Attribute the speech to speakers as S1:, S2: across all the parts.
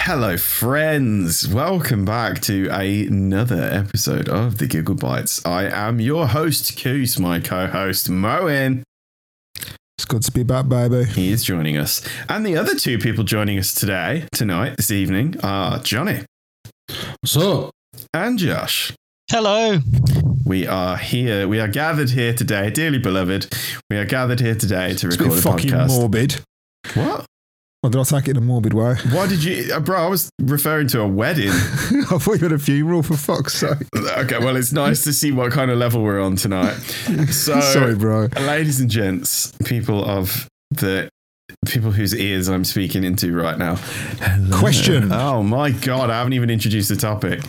S1: Hello, friends. Welcome back to another episode of the Giggle Bites. I am your host, Coos, my co host, Moen.
S2: It's good to be back, baby.
S1: He is joining us. And the other two people joining us today, tonight, this evening, are Johnny
S3: So,
S1: and Josh.
S4: Hello.
S1: We are here. We are gathered here today, dearly beloved. We are gathered here today to
S2: It's a
S1: record
S2: bit
S1: a,
S2: fucking
S1: podcast.
S2: morbid.
S1: what?
S2: Well, did I take it in a morbid way?
S1: Why did you, uh, bro? I was referring to a wedding.
S2: I thought you had a funeral, for fuck's sake.
S1: okay, well, it's nice to see what kind of level we're on tonight. So,
S2: Sorry, bro.
S1: ladies and gents, people of the people whose ears I'm speaking into right now.
S2: Question.
S1: Oh my god, I haven't even introduced the topic.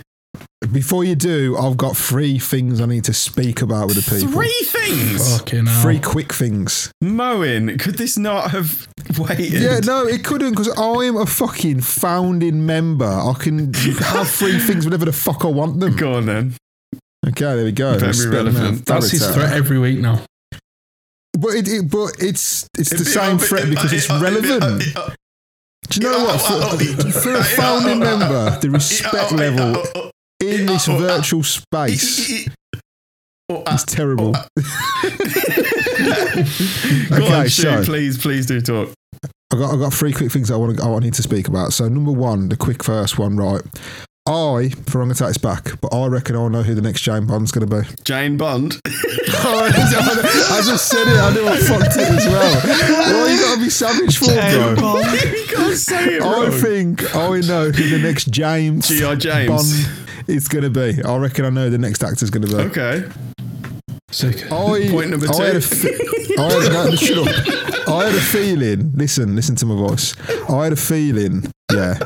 S2: Before you do, I've got three things I need to speak about with the people.
S1: Three things.
S3: fucking hell.
S2: Three quick things.
S1: Moen, could this not have waited?
S2: Yeah, no, it couldn't because I'm a fucking founding member. I can have three things whenever the fuck I want them.
S1: Go on then.
S2: Okay, there we go.
S1: Very
S2: Let's spin
S1: relevant.
S2: that
S3: That's his
S2: out.
S3: threat every week now.
S2: But, it, it, but it's it's the same threat because it's
S1: uh,
S2: relevant. Do you know what? For, for a founding member, the respect level in this virtual space is terrible.
S1: Oh, Go on,
S2: Okay,
S1: Stu,
S2: so-
S1: please, please do talk.
S2: I got I got three quick things I want to, I need to speak about. So number one, the quick first one, right? I for wrong attacks back, but I reckon I know who the next Jane Bond's going to be.
S1: Jane Bond.
S2: I just said it. I knew I fucked it as well. Well, you got to be savage for,
S4: Hey,
S2: bro.
S4: Bob.
S1: you can't say it
S2: I
S1: wrong.
S2: think I know who the next James,
S1: G.I. James.
S2: Bond is going to be. I reckon I know who the next actor's going to be.
S1: Okay.
S3: Sick.
S2: I,
S1: Point number two.
S2: I had, a fe- I had- no, shut up. I had a feeling. Listen, listen to my voice. I had a feeling. Yeah.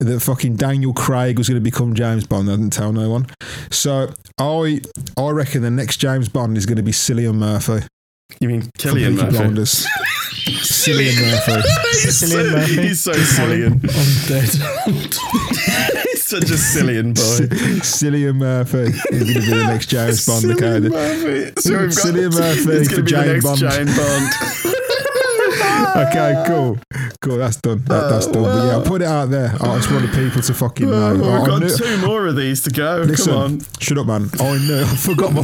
S2: That fucking Daniel Craig was going to become James Bond. I didn't tell no one. So I, I reckon the next James Bond is going to be Cillian Murphy.
S1: You mean
S2: from
S1: Killian
S2: Peaky
S1: Murphy?
S2: Blinders. Cillian Murphy.
S1: he's,
S4: Cillian
S1: so,
S4: Murphy.
S1: he's so silly and
S3: I'm dead.
S1: he's such a silly and
S2: C-
S1: boy.
S2: Cillian Murphy is going to be the next James Bond.
S1: Cillian
S2: Okay.
S1: Murphy. So we've got,
S2: Cillian Murphy
S1: it's gonna be the
S2: for Jane
S1: next
S2: Bond.
S1: Jane Bond.
S2: Okay, cool. Cool, that's done. That, that's done. But yeah, I'll put it out there. I just want the people to fucking know.
S1: Well,
S2: I- I
S1: we've got
S2: knew-
S1: two more of these to go.
S2: Listen,
S1: Come on.
S2: shut up, man. Oh, I know. I forgot my.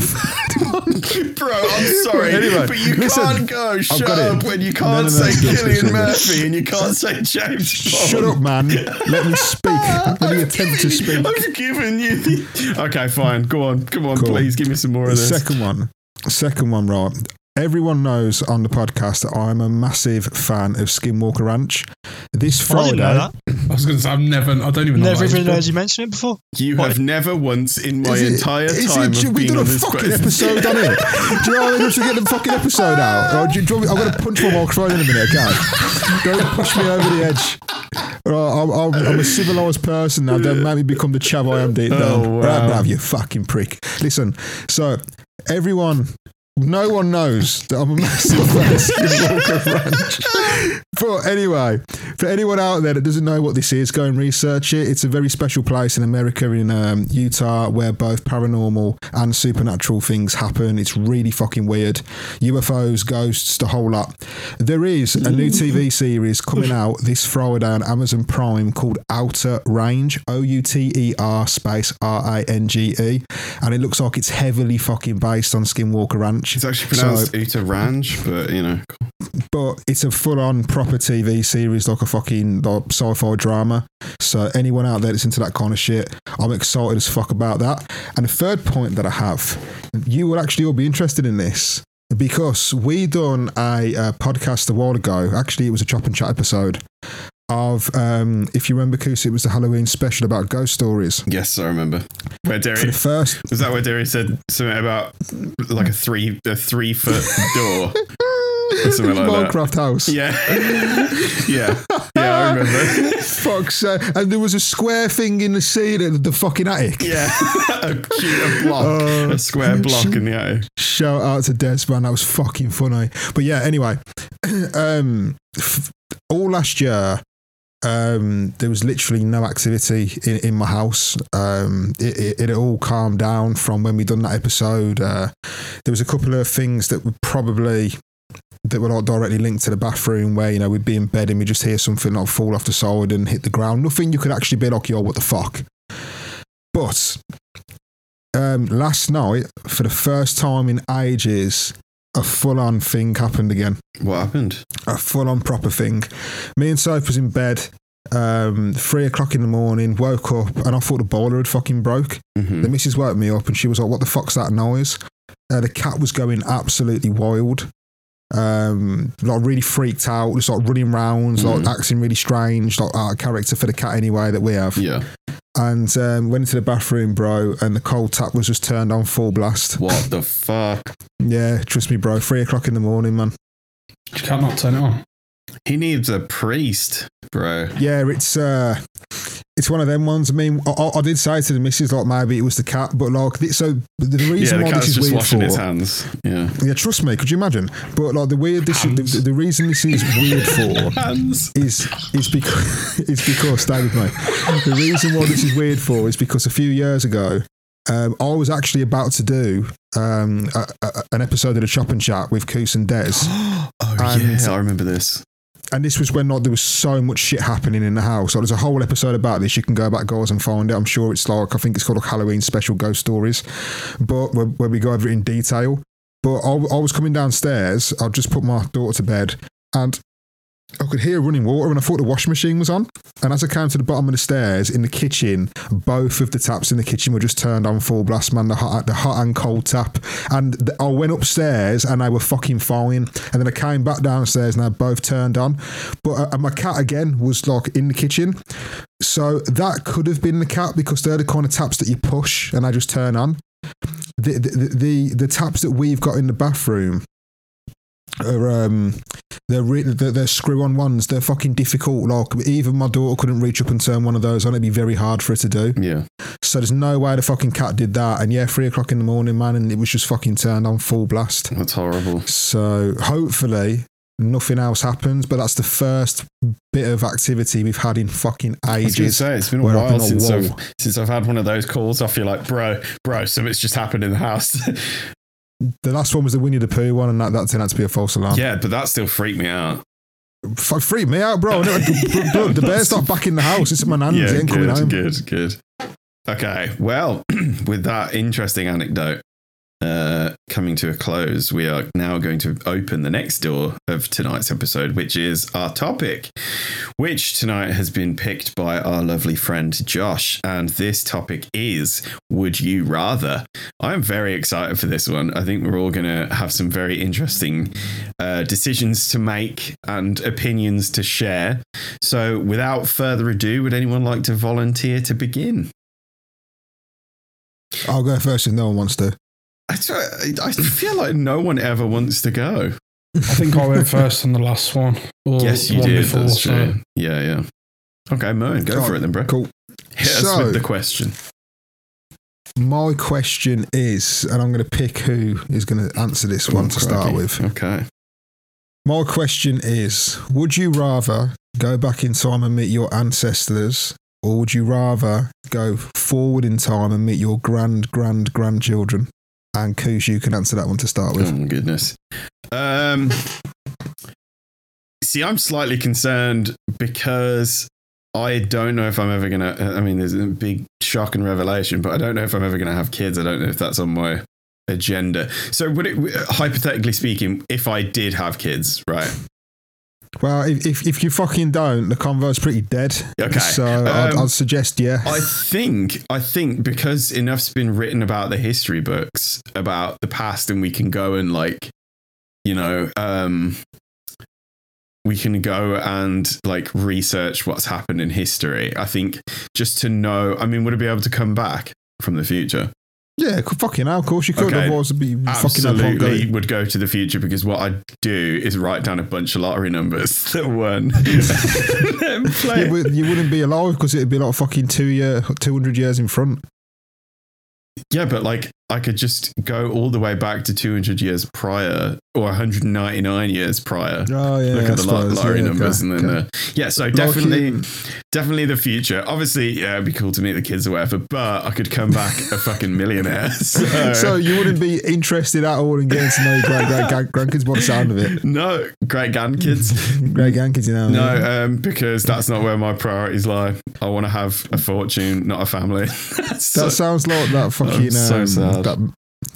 S1: Bro, I'm sorry,
S2: Anyway,
S1: but you
S2: listen,
S1: can't go shut
S2: got it.
S1: up when you can't
S2: No, no, no,
S1: say
S2: it's good, it's good,
S1: Killian
S2: it's good.
S1: Murphy and you can't say James Bond.
S2: shut up, man. Let me speak. Let me attempt to speak.
S1: I've given you the. Okay, fine. Go on. Come on,
S2: Cool.
S1: please. Give me some more of
S2: The
S1: this.
S2: second one. Second one, right. Everyone knows on the podcast that I'm a massive fan of Skinwalker Ranch. This
S4: I didn't know
S2: Friday,
S4: that.
S3: I was going to say, I've never, I don't even know.
S4: Never
S3: what that
S4: even
S3: is,
S4: heard you mention it before.
S1: You
S4: What?
S1: have never once in my
S2: Is it-
S1: entire
S2: is it-
S1: time of
S2: we
S1: being
S2: done
S1: on
S2: a
S1: this
S2: fucking
S1: quest-
S2: episode on it. Do you know what I mean? Just to get the fucking episode out. Or do you, do you want me, I'm going to punch my microphone in a minute, okay? Don't push me over the edge. All right, I'm, I'm, I'm a civilised person now. Don't make me become the chav I am deep down.
S1: Oh, wow.
S2: All right, bruv, you fucking prick. Listen, so everyone, no one knows that I'm a massive fan of Skinwalker Ranch. But anyway, for anyone out there that doesn't know what this is, go and research it. It's a very special place in America, in um, Utah, where both paranormal and supernatural things happen. It's really fucking weird. UFOs, ghosts, the whole lot. There is a new
S1: Mm.
S2: TV series coming out this Friday on Amazon Prime called Outer Range, O U T E R space R A N G E. And it looks like it's heavily fucking based on Skinwalker Ranch.
S1: It's actually
S2: So-
S1: pronounced Uta Ranch, but you know.
S2: but it's a full-on proper TV series, like a fucking like sci-fi drama. So anyone out there that's into that kind of shit, I'm excited as fuck about that. And the third point that I have, you will actually all be interested in this because we done a, uh podcast a while ago. Actually, it was a chop and chat episode of um, if you remember, Coos, it was the Halloween special about ghost stories.
S1: Yes, I remember. Where
S2: For
S1: Derry
S2: the first,
S1: was that where Derry said something about like a three a three foot door? something like that.
S2: Minecraft house.
S1: Yeah, yeah, yeah. I remember.
S2: Fuck's sake. And there was a square thing in the ceiling, the fucking attic.
S1: Yeah, a, cu- a block,
S2: Oh.
S1: a square block in the attic.
S2: Shout out to Des, man. That was fucking funny. But yeah, anyway, um, f- all last year, um, there was literally no activity in, in my house. Um, it, it, it all calmed down from when we done that episode. Uh, there was a couple of things that were probably that were like directly linked to the bathroom where, you know, we'd be in bed and we'd just hear something like fall off the side and hit the ground. Nothing you could actually be like, yo, what the fuck? But um, last night, for the first time in ages, a full on thing happened again
S1: What happened?
S2: a full on proper thing. Me and Soph was in bed, um, three o'clock in the morning, woke up, and I thought the boiler had fucking broke.
S1: Mhm.
S2: The missus woke me up and she was like, What the fuck's that noise? Uh, the cat was going absolutely wild. Um, like really freaked out, just like running rounds,
S1: Mhm.
S2: like acting really strange, like our character for the cat anyway that we have.
S1: Yeah.
S2: And um, went into the bathroom, bro, and the cold tap was just turned on full blast.
S1: What the fuck?
S2: Yeah, trust me, bro. Three o'clock in the morning, man.
S3: You can't not turn it on.
S1: He needs a priest, bro.
S2: Yeah, it's uh, it's one of them ones. I mean, I- I, I did say to the missus like maybe it was the cat, but like th- so the the
S1: Yeah,
S2: reason
S1: the
S2: why
S1: cat's
S2: this is
S1: just
S2: weird
S1: washing its
S2: for
S1: hands. Yeah.
S2: yeah, trust me, could you imagine? But like the weird this the, the reason this is weird for
S1: Hands.
S2: is is because it's because stay with me. The reason why this is weird for is because a few years ago. Um, I was actually about to do um, a, a, an episode of the Chop and Chat with Coos and Des,
S1: oh
S2: And-
S1: yeah, I remember this.
S2: and this was when like there was so much shit happening in the house. Like, there's a whole episode about this. You can go back, guys, and find it. I'm sure it's like I think it's called like Halloween Special Ghost Stories, but where, where we go over it in detail. But I, I was coming downstairs. I just put my daughter to bed, and I could hear running water, and I thought the washing machine was on. And as I came to the bottom of the stairs in the kitchen, both of the taps in the kitchen were just turned on full blast, man. The hot, the hot and cold tap. And th- I went upstairs, and they were fucking fine. And then I came back downstairs, and they both turned on. But uh, and my cat again was like in the kitchen, so that could have been the cat because they're the kind of taps that you push, and they just turn on. The the the, the, the taps that we've got in the bathroom are um they're re- they're, they're screw on ones. They're fucking difficult. Like even my daughter couldn't reach up and turn one of those on. It'd be very hard for her to do.
S1: Yeah.
S2: So there's no way the fucking cat did that. And yeah, three o'clock in the morning, man, and it was just fucking turned on full blast.
S1: That's horrible.
S2: So hopefully nothing else happens. But that's the first bit of activity we've had in fucking
S1: I was going to
S2: ages.
S1: say, it's been a
S2: We're up
S1: while
S2: in a
S1: since
S2: wall.
S1: I've, since I've had one of those calls off you, like, bro, bro, something's just happened in the house.
S2: The last one was the Winnie the Pooh one, and that, that turned out to be a false alarm.
S1: yeah, but that still freaked me out.
S2: F- freaked me out, bro. I never- bro, the bear's not back in the house. It's in my nan's.
S1: Yeah,
S2: it ain't coming
S1: good,
S2: home.
S1: good, good. Okay, well, with that interesting anecdote uh, coming to a close, we are now going to open the next door of tonight's episode, which is our topic, which tonight has been picked by our lovely friend Josh. And this topic is Would You Rather? I'm very excited for this one. I think we're all going to have some very interesting uh, decisions to make and opinions to share. So, without further ado, would anyone like to volunteer to begin?
S2: I'll go first if no one wants to.
S1: I, tr- I feel like no one ever wants to go.
S3: I think I went first on the last one. Or
S1: yes, you
S3: one
S1: did.
S3: Before,
S1: That's
S3: so-
S1: true. Yeah, yeah. Okay, Moan, go
S2: Right,
S1: for it then, bro.
S2: Cool.
S1: Hit us
S2: So-
S1: with the question.
S2: My question is, and I'm going to pick who is going to answer this one to
S1: Oh,
S2: start
S1: crikey.
S2: with.
S1: Okay.
S2: My question is Would you rather go back in time and meet your ancestors, or would you rather go forward in time and meet your grand, grand, grandchildren? And Koosh, you can answer that one to start
S1: Oh
S2: with.
S1: my goodness. Um, see, I'm slightly concerned because I don't know if I'm ever gonna. I mean, there's a big shock and revelation, but I don't know if I'm ever gonna have kids. I don't know if that's on my agenda. So, would it hypothetically speaking, if I did have kids, right?
S2: Well, if, if, if you fucking don't, the convo's pretty dead.
S1: Okay.
S2: So I'd,
S1: Um,
S2: I'd suggest, yeah.
S1: I think I think because enough's been written about the history books about the past and we can go and like you know um we can go and like research what's happened in history. I think just to know, I mean, would it be able to come back from the future?
S2: yeah, c- fucking hell, of course you could.
S1: Okay.
S2: Otherwise, it'd be you fucking no point going.
S1: Absolutely would go to the future because what I'd do is write down a bunch of lottery numbers that won. and then play
S2: you,
S1: it.
S2: would, you wouldn't be alive because it'd be like fucking two year, two hundred years in front.
S1: Yeah, but like I could just go all the way back to 200 years prior or 199 years prior.
S2: Oh yeah,
S1: Look at the
S2: that's
S1: lot-
S2: what it is.
S1: lottery
S2: Yeah,
S1: numbers
S2: okay,
S1: and then
S2: okay.
S1: uh, yeah. So
S2: Like
S1: definitely,
S2: you-
S1: definitely the future. Obviously, yeah, it'd be cool to meet the kids or whatever. But I could come back a fucking millionaire. So,
S2: so you wouldn't be interested at all in getting to know your great great grand- grandkids by the sound of it.
S1: no, great grandkids.
S2: Great grandkids, you know. yeah.
S1: No, um, because that's not where my priorities lie. I want to have a fortune, not a family.
S2: that
S1: so,
S2: sounds like that fucking.
S1: so
S2: um,
S1: sad.
S2: That,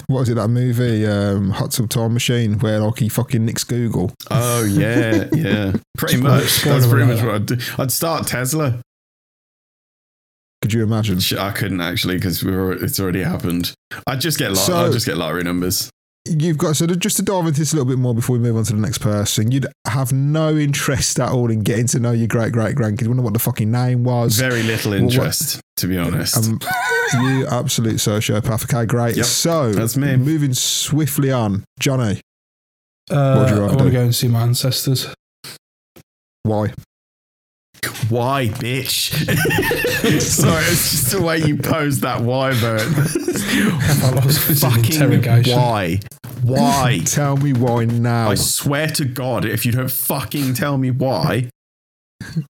S2: what was it? That movie, um, Hot Tub Time Machine, where like he fucking nicks Google.
S1: oh yeah, yeah, pretty
S3: Spoiler-
S1: much. That's
S3: spoiler
S1: pretty much
S3: alert.
S1: what I'd do. I'd start Tesla.
S2: Could you imagine?
S1: Sh- I couldn't actually because we were. It's already happened. I'd just get. Lot-
S2: So-
S1: I'd just get lottery numbers.
S2: You've got so just to dive into this a little bit more before we move on to the next person. You'd have no interest at all in getting to know your great great grandkids. Wonder what the fucking name was.
S1: Very little
S2: what-
S1: interest, to be honest.
S2: Um, you absolute sociopath. Okay, great.
S1: Yep,
S2: so
S1: that's me.
S2: Moving swiftly on, Johnny.
S3: Uh,
S2: What do you
S3: I
S2: reckon?
S3: want to go and see my ancestors.
S2: Why?
S1: why, bitch? Sorry, it's just the way you posed that why, Bert.
S3: thought I was in
S1: fucking
S3: interrogation.
S1: why? Why?
S2: Tell me why now.
S1: I swear to God, if you don't fucking tell me why.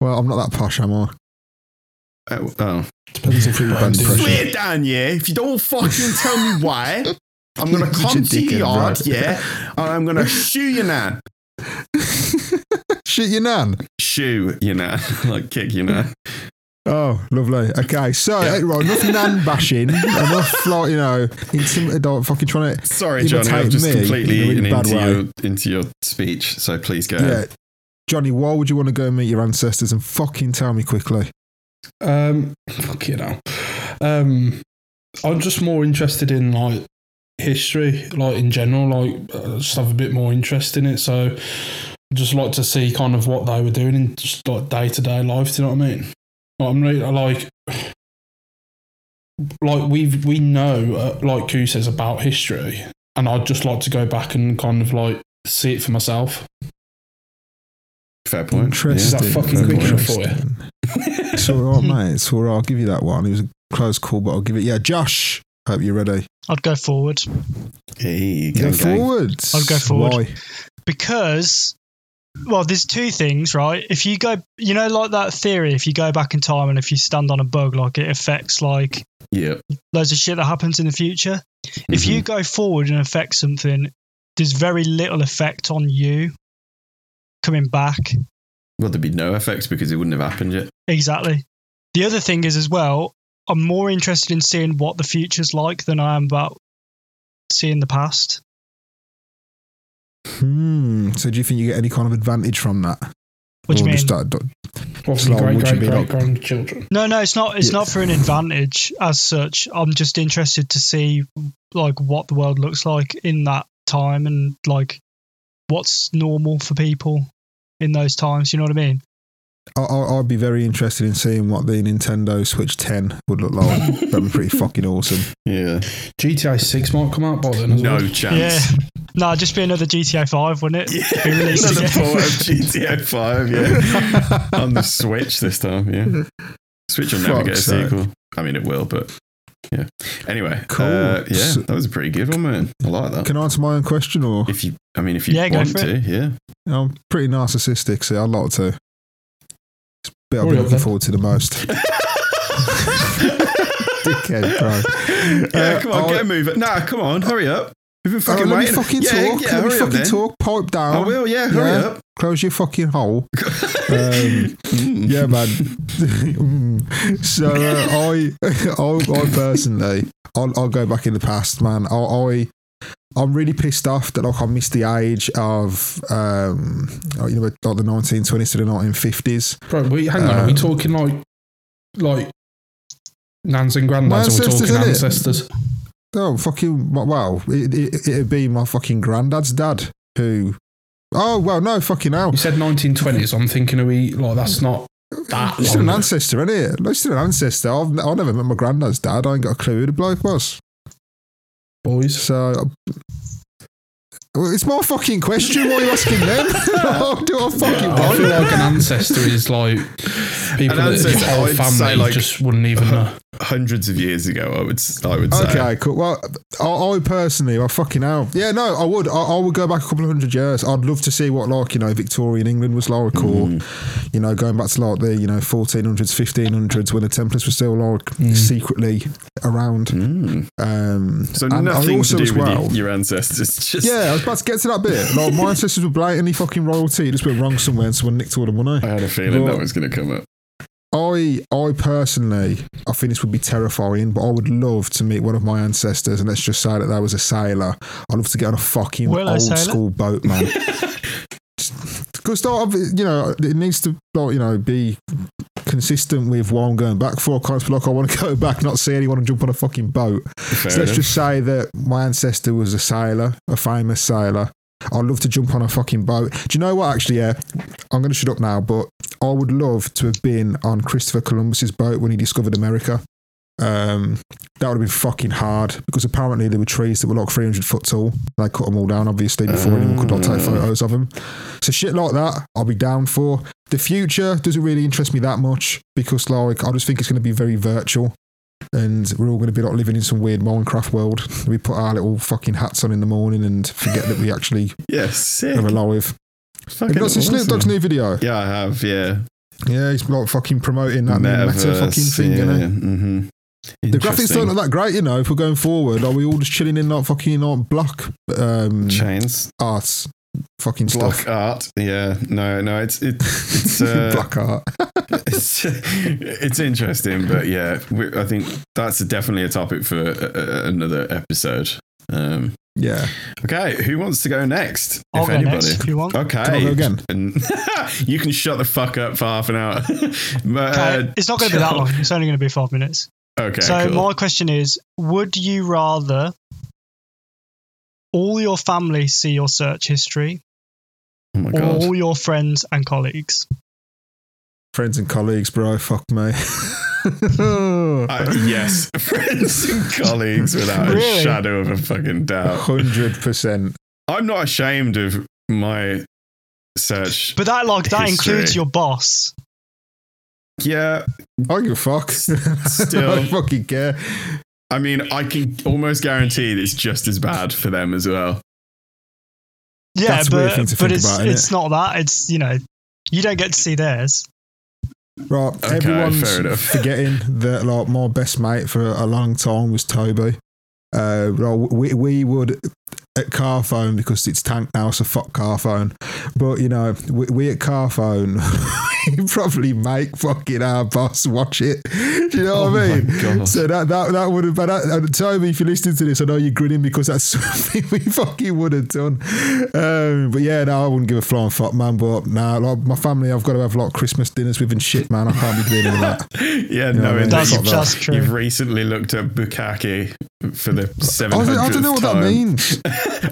S2: well, I'm not that posh, am I?
S1: Oh, oh.
S3: Depends if you
S2: Blood
S3: do.
S2: pressure.
S1: Swear down, yeah. If you don't fucking tell me why, I'm gonna
S2: You're such
S1: come
S2: a
S1: to your
S2: dickhead,
S1: yard,
S2: right?
S1: yeah, and I'm gonna shoe your nan.
S2: Shit, your nan.
S1: Shoe your nan. like kick your nan.
S2: Oh, lovely. Okay, so
S1: Yeah.
S2: eh, right, enough nan bashing, enough like you know, intimate adult fucking trying to.
S1: Sorry,
S2: Imitate
S1: Johnny, I've just
S2: me
S1: completely
S2: in a really
S1: eaten
S2: bad
S1: into
S2: way.
S1: your, into your speech, so please go.
S2: Yeah.
S1: ahead.
S2: Johnny, why would you want to go and meet your ancestors and fucking tell me quickly?
S3: Um, fuck you know. Um, I'm just more interested in like history, like in general. Like, uh, just have a bit more interest in it. So, I just like to see kind of what they were doing in just like day to day life. Do you know what I mean? Like, I'm really I like. Like we have we know, uh, like Koo says about history, and I'd just like to go back and kind of like see it for myself.
S1: Fair point.
S3: Is
S2: Interesting.
S3: that fucking
S1: Fair
S3: quick
S1: point.
S3: enough for you?
S2: Interesting. It's all right, mate. It's all right. I'll give you that one. It was a close call, but I'll give it. Yeah, Josh, hope you're ready.
S4: I'd go forward
S1: Hey,
S2: Go
S1: gang, gang.
S2: forwards.
S4: I'll go forward.
S2: Why?
S4: because, well, there's two things, right? If you go, you know, like that theory, if you go back in time and if you stand on a bug, like it affects like
S1: Yeah.
S4: loads of shit that happens in the future. If you go forward and affect something, there's very little effect on you coming back.
S1: Mm-hmm. Well, there'd be no effects because it wouldn't have happened yet.
S4: Exactly. The other thing is as well, I'm more interested in seeing what the future's like than I am about seeing the past.
S2: Hmm. So, do you think you get any kind of advantage from that?
S4: What do you
S2: Or
S4: mean?
S2: just that- that-
S3: Obviously,
S2: Like,
S3: great
S2: would you
S3: great
S2: be
S3: great
S2: like-
S3: grandchildren.
S4: No, no, it's not. It's
S2: Yeah.
S4: not for an advantage as such. I'm just interested to see like what the world looks like in that time and like what's normal for people in those times. You know what I mean?
S2: I, I, I'd be very interested in seeing what the Nintendo Switch 10 would look like. That'd be pretty fucking awesome.
S1: Yeah.
S3: GTA Six might come out by then. As
S1: No
S3: well.
S1: chance.
S4: Yeah. No, it'd just be another GTA Five, wouldn't it? Be released
S1: Another
S4: again.
S1: port of GTA 5, yeah. On the Switch this time, yeah. Switch will never
S2: Fuck's
S1: get a
S2: sake.
S1: sequel. I mean, it will, but yeah. Anyway.
S2: Cool.
S1: uh, yeah,
S2: So-
S1: that was a pretty good one, man. I like that.
S2: Can I answer my own question or?
S1: If you, I mean, if you
S4: Yeah, go
S1: want
S4: for
S1: to, yeah.
S2: I'm pretty narcissistic, so I'd like to. It's a bit I've
S3: Hurry
S2: been
S3: up
S2: looking
S3: then.
S2: forward to the most. Dickhead, bro.
S1: Yeah,
S2: Uh,
S1: come on,
S2: I'll-
S1: get a move. Nah, come on, hurry up. We've been
S2: Oh,
S1: fucking
S2: let me
S1: waiting.
S2: fucking
S1: yeah,
S2: talk.
S1: Yeah,
S2: let me
S1: hurry up
S2: fucking
S1: then.
S2: talk. Pipe down.
S1: I will, yeah, hurry
S2: Yeah.
S1: up.
S2: Close your fucking hole. Um,
S1: Mm.
S2: yeah, man. Mm. so uh, I, I, I personally, I'll, I'll go back in the past, man. I, I, I'm really pissed off that like I missed the age of, um, oh, you know, like the 1920s to the 1950s.
S3: Bro, we, hang on. are we
S2: Um,
S3: talking like like nans and granddads? Or are we
S2: Ancestors,
S3: talking
S2: innit?
S3: ancestors?
S2: Oh fucking wow! It, it, it'd be my fucking granddad's dad who. Oh well, no fucking hell.
S3: You said 1920s. I'm thinking, are we like that's not that
S2: He's still
S3: long.
S2: an ancestor, isn't he? He's still an ancestor. I've, I never met my granddad's dad. I ain't got a clue who the bloke was.
S3: boys?
S2: So, uh, well, it's my fucking question. What are you asking them? How do I fucking
S3: I
S2: want?
S3: feel like Oh, an ancestor is like people
S1: An
S3: that
S1: ancestor,
S3: your whole
S1: I'd say,
S3: family
S1: like-
S3: just wouldn't even know.
S1: hundreds of years ago. I would s- I would say.
S2: Okay, cool. Well, I, I personally, I fucking hell, yeah, no, I would, I, I would go back a couple of hundred years. I'd love to see what like you know Victorian England was like,
S1: Hmm.
S2: or you know going back to like the you know 1400s, 1500s when the Templars were still like
S1: Hmm.
S2: secretly around.
S1: Mm.
S2: Um,
S1: So
S2: and I
S1: nothing to
S2: also
S1: do
S2: as
S1: with
S2: well-
S1: your, your ancestors. Just
S2: Yeah, I was about to get to that bit. Like, my ancestors were blatantly fucking royalty. It just went wrong somewhere, and someone nicked all the money.
S1: I had a feeling
S2: Well-
S1: that was going to come up.
S2: I, I personally, I think this would be terrifying, but I would love to meet one of my ancestors, and let's just say that I was a sailor. I'd love to get on a fucking
S4: Were they
S2: old
S4: sailor?
S2: school boat, man. Because you know, it needs to, like, you know, be consistent with what I'm going back for. I can't just be like I want to go back, not see anyone, and jump on a fucking boat.
S1: Fair
S2: So let's
S1: enough.
S2: just say that my ancestor was a sailor, a famous sailor. I'd love to jump on a fucking boat. Do you know what? Actually, yeah, I'm going to shut up now, but I would love to have been on Christopher Columbus's boat when he discovered America. Um, that would have been fucking hard because apparently there were trees that were like 300 foot tall. They cut them all down, obviously, before anyone could like,
S1: Ah.
S2: take photos of them. So shit like that, I'll be down for. The future doesn't really interest me that much because, like, I just think it's going to be very virtual and we're all going to be like living in some weird Minecraft world. We put our little fucking hats on in the morning and forget that we actually
S1: yeah, sick.
S2: are alive.
S1: Fucking
S2: Have you not seen Snoop
S1: awesome.
S2: Dogg's new video?
S1: Yeah, I have. Yeah,
S2: Yeah, he's like fucking promoting that new meta
S1: Metaverse,
S2: fucking thing,
S1: Yeah,
S2: you know.
S1: mm-hmm.
S2: The graphics don't look that great, you know. If we're going forward, are we all just chilling in like fucking like block um,
S1: chains.
S2: arts, fucking
S1: Block
S2: stuff,
S1: art, yeah, no, no, it's it, it's uh,
S2: block art?
S1: it's it's interesting, but yeah, we, I think that's definitely a topic for uh, another episode. Um,
S2: Yeah,
S1: okay, who wants to go next?
S4: I'll
S1: if
S4: go
S1: anybody, Uh,
S4: next if you want.
S1: okay,
S2: Can I go again?
S1: And- you can shut the fuck up for half an hour. but,
S4: Okay,
S1: uh,
S4: it's not going to be that
S1: John-
S4: long. It's only going to be five minutes.
S1: Okay,
S4: so
S1: cool.
S4: my question is: Would you rather all your family see your search history,
S1: oh my
S4: or
S1: god,
S4: all your friends and colleagues?
S2: friends and colleagues, bro. Fuck me.
S1: Uh, yes, friends and colleagues without a
S4: Really?
S1: shadow of a fucking doubt.
S2: hundred percent.
S1: I'm not ashamed of my search.
S4: But that like that
S1: History.
S4: includes your boss.
S1: yeah,
S2: I give a fuck.
S1: still-
S2: I don't fucking care.
S1: I mean, I can almost guarantee that it's just as bad for them as well.
S4: Yeah,
S2: That's a
S4: but
S2: weird thing to
S4: but
S2: think
S4: it's
S2: about, isn't
S4: it's not that. It's you know you don't get to see theirs.
S2: Right,
S1: Okay,
S2: everyone's
S1: fair enough.
S2: forgetting that like my best mate for a long time was Toby. Uh, like, we we would at Carphone because it's tanked now, so fuck Carphone. But you know, we, we at Carphone probably make fucking our boss watch it. Do you know what I
S1: Oh my
S2: mean?
S1: God.
S2: So that that that would have. But that, and Toby, if you're listening to this, I know you're grinning because that's something we fucking would have done. Um, but yeah, no, I wouldn't give a flying fuck, man. But nah, like my family, I've got to have like Christmas dinners with and shit, man. I can't be dealing with that.
S1: Yeah,
S2: No,
S1: knowing that
S4: That's
S1: you've,
S2: not
S4: that's true.
S1: you've recently looked at Bukaki for the
S2: I,
S1: 700th
S2: don't- I don't know what
S1: time.
S2: that means.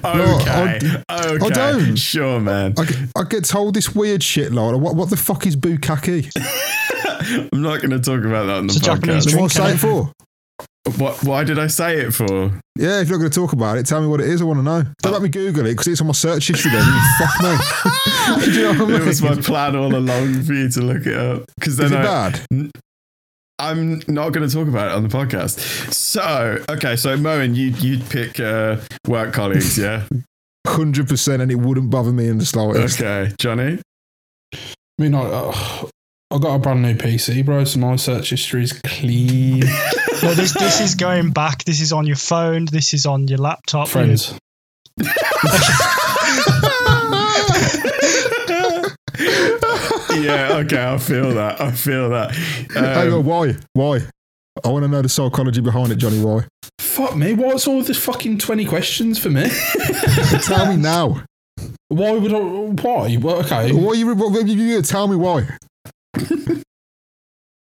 S2: I-
S1: okay, okay,
S2: don't.
S1: sure, man.
S2: I, get- I get told this weird shit, like what what the fuck is bukkake?
S1: I'm not going to talk about that on the
S4: It's a
S1: podcast.
S4: Japanese
S2: Then
S4: drink,
S2: what's
S4: innit?
S2: that for?
S1: What, why did I say it for?
S2: Yeah, if you're not going to talk about it, tell me what it is. I want to know. Don't let me Google it because it's on my search history. Then you fuck me. Do you know what I
S1: It was my
S2: mean?
S1: plan all along for you to look it up because
S2: Is
S1: then
S2: it
S1: I,
S2: bad?
S1: I'm not going to talk about it on the podcast. So okay, so Moen, you you'd pick uh, work colleagues, yeah?
S2: Hundred percent, and it wouldn't bother me in the slightest.
S1: okay, Johnny.
S3: I mean, I, uh, I got a brand new PC, bro, so my search history is clean.
S4: No, this this is going back. This is on your phone. This is on your laptop.
S3: Friends.
S1: yeah, okay, I feel that. I feel that.
S2: Hang
S1: Um,
S2: on, why? Why? I want to know the psychology behind it, Johnny. Why?
S3: Fuck me, what's all this fucking 20 questions for me?
S2: tell me now.
S3: Why would I. Why? Well, okay.
S2: Why you? What, what- you, you tell me why?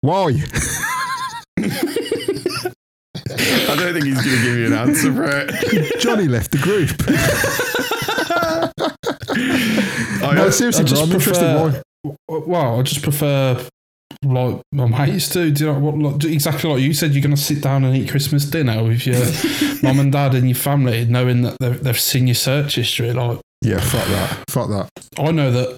S2: why?
S1: I don't think he's going to give you an answer for it.
S2: Johnny left the group.
S1: I,
S2: no, seriously,
S3: I just
S2: bro, I'm
S1: uh,
S3: prefer-
S2: interested.
S3: Well, I just prefer. Like my mates do, do you know what? Like, exactly like you said, you're gonna sit down and eat Christmas dinner with your mum and dad and your family, knowing that they've, they've seen your search history. Like,
S2: Why? Yeah, fuck that. Fuck that.
S3: I know that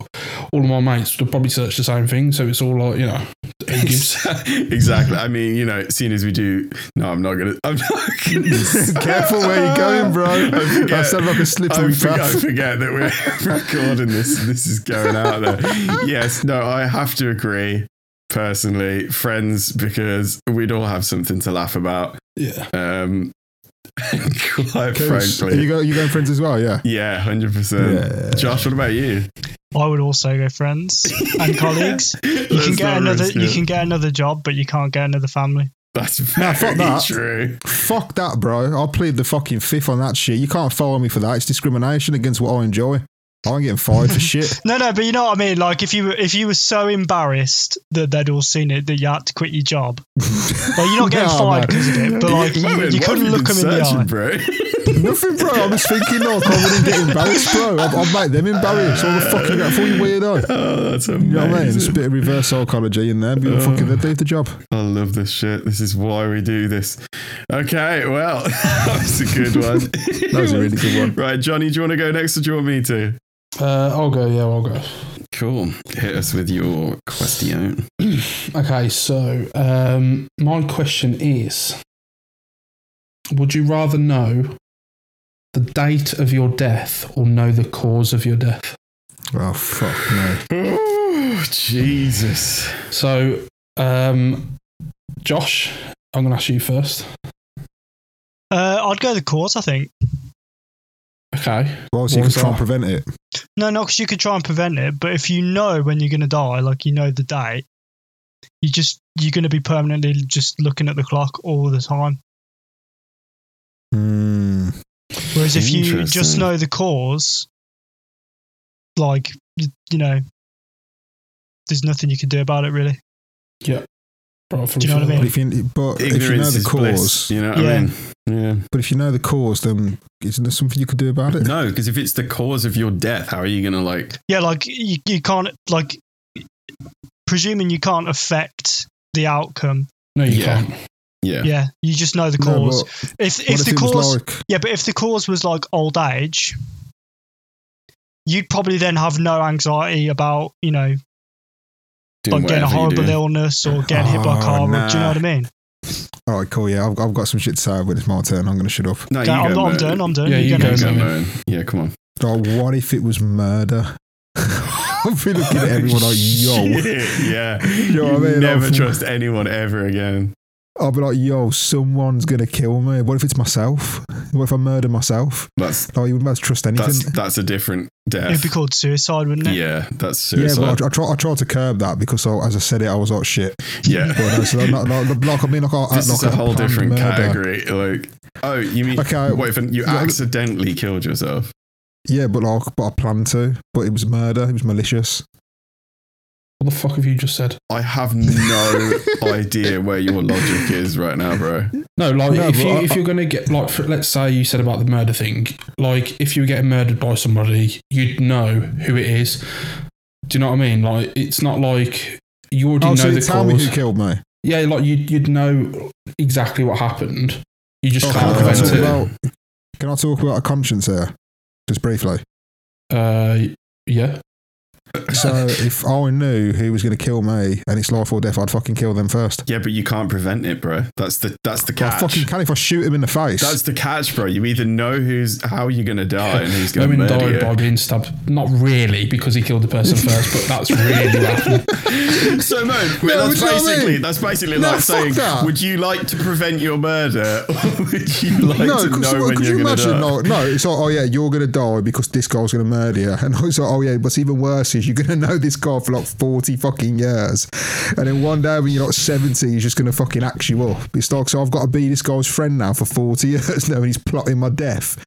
S3: all of my mates would have probably searched the same thing, so it's all like you know, Ed Gibbs.
S1: exactly. I mean, you know, seeing as we do, no, I'm not gonna. I'm not gonna
S2: Careful where you're going, bro.
S1: I forget.
S2: That sounds like a
S1: I
S2: slippery
S1: forget, I
S2: path.
S1: forget that we're recording this. This is going out there. Yes, no, I have to agree. Personally, friends, because we'd all have something to laugh about.
S3: Yeah.
S1: Um, quite
S2: Cause
S1: frankly,
S2: you go, you going friends as well, yeah.
S1: yeah, hundred percent.
S2: Yeah.
S1: Josh, what about you?
S4: I would also go friends and colleagues. You
S1: Let's
S4: can get
S1: not
S4: another.
S1: risk
S4: You
S1: it.
S4: can get another job, but you can't get another family.
S1: That's very
S2: fuck that.
S1: true.
S2: Fuck that, bro. I'll plead the fucking fifth on that shit. You can't follow me for that. It's discrimination against what I enjoy. I ain't getting fired for shit.
S4: No, no, but you know what I mean. Like if you were- if you were so embarrassed that they'd all seen it that you had to quit your job, well, you're not getting
S2: No,
S4: fired
S2: no.
S4: because of it. But like you,
S1: Owen,
S4: you
S1: what have
S4: couldn't look
S1: been
S4: them in the
S1: searching,
S4: eye.
S1: bro.
S2: Nothing, bro. I was thinking, look, I wouldn't get embarrassed, bro. I'd, I'd make them embarrassed. All the fucking for you weirdo.
S1: oh, that's
S2: You know what I mean? It's a
S1: amazing.
S2: bit of reverse psychology in there. But you're fucking, they'd do the job.
S1: I love this shit. This is why we do this. Okay, well, that was a good one.
S2: That was a really good one.
S1: Right, Johnny, do you want to go next or do you want me to?
S3: Uh, I'll go. Yeah, I'll go.
S1: Cool. Hit us with your question.
S3: Okay, so um, my question is Would you rather know the date of your death or know the cause of your death?
S2: Oh, fuck no.
S1: Oh, Jesus.
S3: So, um, Josh, I'm going to ask you first.
S4: Uh, I'd go the course, I think.
S3: Okay.
S2: Well, so you can
S3: What was
S2: try and
S3: that?
S2: prevent it.
S4: No, not because you could try and prevent it, but if you know when you're going to die, like you know the date, you just you're going to be permanently just looking at the clock all the time.
S2: Hmm.
S4: Whereas if you just
S1: Interesting.
S4: know the cause, like you, you know, there's nothing you can do about it really.
S3: Right, from
S4: Do you know what I
S3: Phil.
S2: But
S4: mean?
S2: if you, but if you know
S1: Ignorance
S2: the
S1: is
S2: cause,
S1: bliss. You know what I
S4: Yeah.
S1: mean? Yeah.
S2: but if you know the cause, then isn't there something you could do about it?
S1: No, because if it's the cause of your death, how are you going to like.
S4: Yeah, like you, you can't like presuming you can't affect the outcome.
S3: No, you
S1: Yeah.
S3: can't.
S1: Yeah.
S4: Yeah, you just know the
S2: No, but
S4: cause.
S2: what
S4: if if the
S2: it was
S4: cause
S2: like,
S4: Yeah, but if the cause was like old age, you'd probably then have no anxiety about, you know,
S1: Doing
S4: like getting a
S1: whatever you
S4: horrible
S1: do.
S4: illness or getting hit by a
S2: Oh,
S4: car. wreck, Do you know what I mean?
S2: all right, cool, yeah, I've, I've got some shit to say, but it's my turn. I'm going to shut up.
S1: No,
S4: Okay, I'm,
S1: go,
S4: I'm
S1: Mo.
S4: done. I'm done.
S3: Yeah,
S4: you
S3: you
S4: go
S3: go,
S4: next.
S1: Go,
S3: Mo.
S1: Mo. Yeah, come on.
S2: Like, what if it was murder? I'd be looking at everyone like, yo.
S1: Shit, yeah.
S2: know what I mean?
S1: Never
S2: I've-
S1: trust anyone ever again.
S2: I'd be like, yo, someone's going to kill me. What if it's myself? What if I murder myself?
S1: That's
S2: Like, you wouldn't be able to trust anything.
S1: that's that's a different death.
S4: It'd be called suicide, wouldn't it?
S1: Yeah, that's
S2: yeah,
S1: suicide.
S2: but I, I, try, I tried to curb that because, I, as I said it, I was like, shit.
S1: Yeah,
S2: But no, so like, like, like, I mean, like, I,
S1: this
S2: like
S1: is a whole
S2: planned
S1: different
S2: murder.
S1: category. Like, oh, you mean
S2: Okay.
S1: what if you
S2: Yeah, I-
S1: accidentally killed yourself?
S2: Yeah, but like, but I planned to. But it was murder. It was malicious.
S3: What the fuck have you just said?
S1: I have no idea where your logic is right now, bro.
S3: No, like
S2: No,
S3: if
S2: but
S3: you
S2: I-
S3: if you're gonna get like for, let's say you said about the murder thing, like if you were getting murdered by somebody, you'd know who it is. Do you know what I mean? Like it's not like you already
S2: Oh,
S3: know
S2: so you
S3: the
S2: tell me who
S3: cause.
S2: killed me.
S3: yeah, like you'd you'd know exactly what happened. You just
S2: Okay,
S1: uh,
S2: Oh,
S3: can't
S2: can, I
S3: prevent
S2: talk
S3: it.
S2: about, can I talk about a conscience here? Just briefly.
S3: Uh, yeah.
S2: So if I knew who was going to kill me and it's life or death, I'd fucking kill them first.
S1: Yeah, but you can't prevent it, bro. That's the that's the
S2: I
S1: catch.
S2: fucking can if I shoot him in the face.
S1: That's the catch, bro. You either know who's how you're gonna die and who's gonna
S3: Owen
S1: murder
S3: died
S1: you.
S3: by being stabbed. Not really, because he killed the person first, but that's really what happened.
S1: So Mo,
S2: No,
S1: that's
S2: it's not
S1: basically
S2: me.
S1: that's basically
S2: No,
S1: like
S2: fuck
S1: saying,
S2: that.
S1: would you like to prevent your murder, or would you like
S2: no,
S1: to
S2: because
S1: know when
S2: could
S1: you're
S2: you
S1: going to
S2: imagine?
S1: die?
S2: No, no, it's like, oh yeah, you're going to die because this guy's going to murder you. And I was like, oh yeah, what's even worse is you're going to know this guy for like 40 fucking years. And then one day when you're like 70, he's just going to fucking axe you up. It's like, so I've got to be this guy's friend now for 40 years now and he's plotting my death.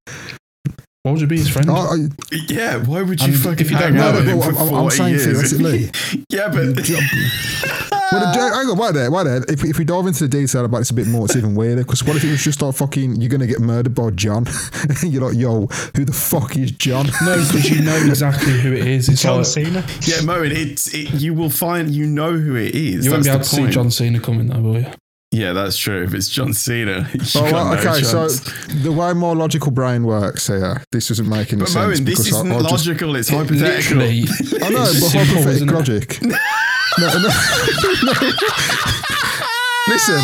S3: Why would you be his friend?
S2: I, I,
S1: Yeah, why would you
S2: Um,
S3: And
S1: fucking
S3: if you don't
S1: hang
S3: know
S1: out
S2: no,
S1: with him
S2: no,
S1: for
S2: but I'm-
S1: 40
S2: I'm saying
S1: years?
S2: theoretically.
S1: yeah, but
S2: Well, the, hang on, wait there, wait there. If, if we dive into the detail about this a bit more, it's even weirder. Because what if it was just like fucking, you're gonna get murdered by John? and you're like, yo, who the fuck is John?
S3: no, because you know exactly who it is. It's
S4: John
S3: like,
S4: Cena.
S1: yeah, Moen, it's it, you will find you know who it is.
S3: you
S1: that's
S3: won't be able
S1: the
S3: to see
S1: point.
S3: John Cena coming though, will you?
S1: Yeah, that's true. If it's John Cena, you
S2: Oh,
S1: got
S2: well,
S1: no
S2: okay, so
S1: chance.
S2: the way my logical brain works here, this doesn't make any
S1: But
S2: sense.
S1: Moen, this
S2: because I-
S1: isn't
S2: I just-
S1: logical. It's hypothetical.
S3: Literally,
S2: I know,
S3: it's
S2: but
S3: simple,
S2: hypothetic
S3: isn't it?
S2: logic. No, no, no. Listen,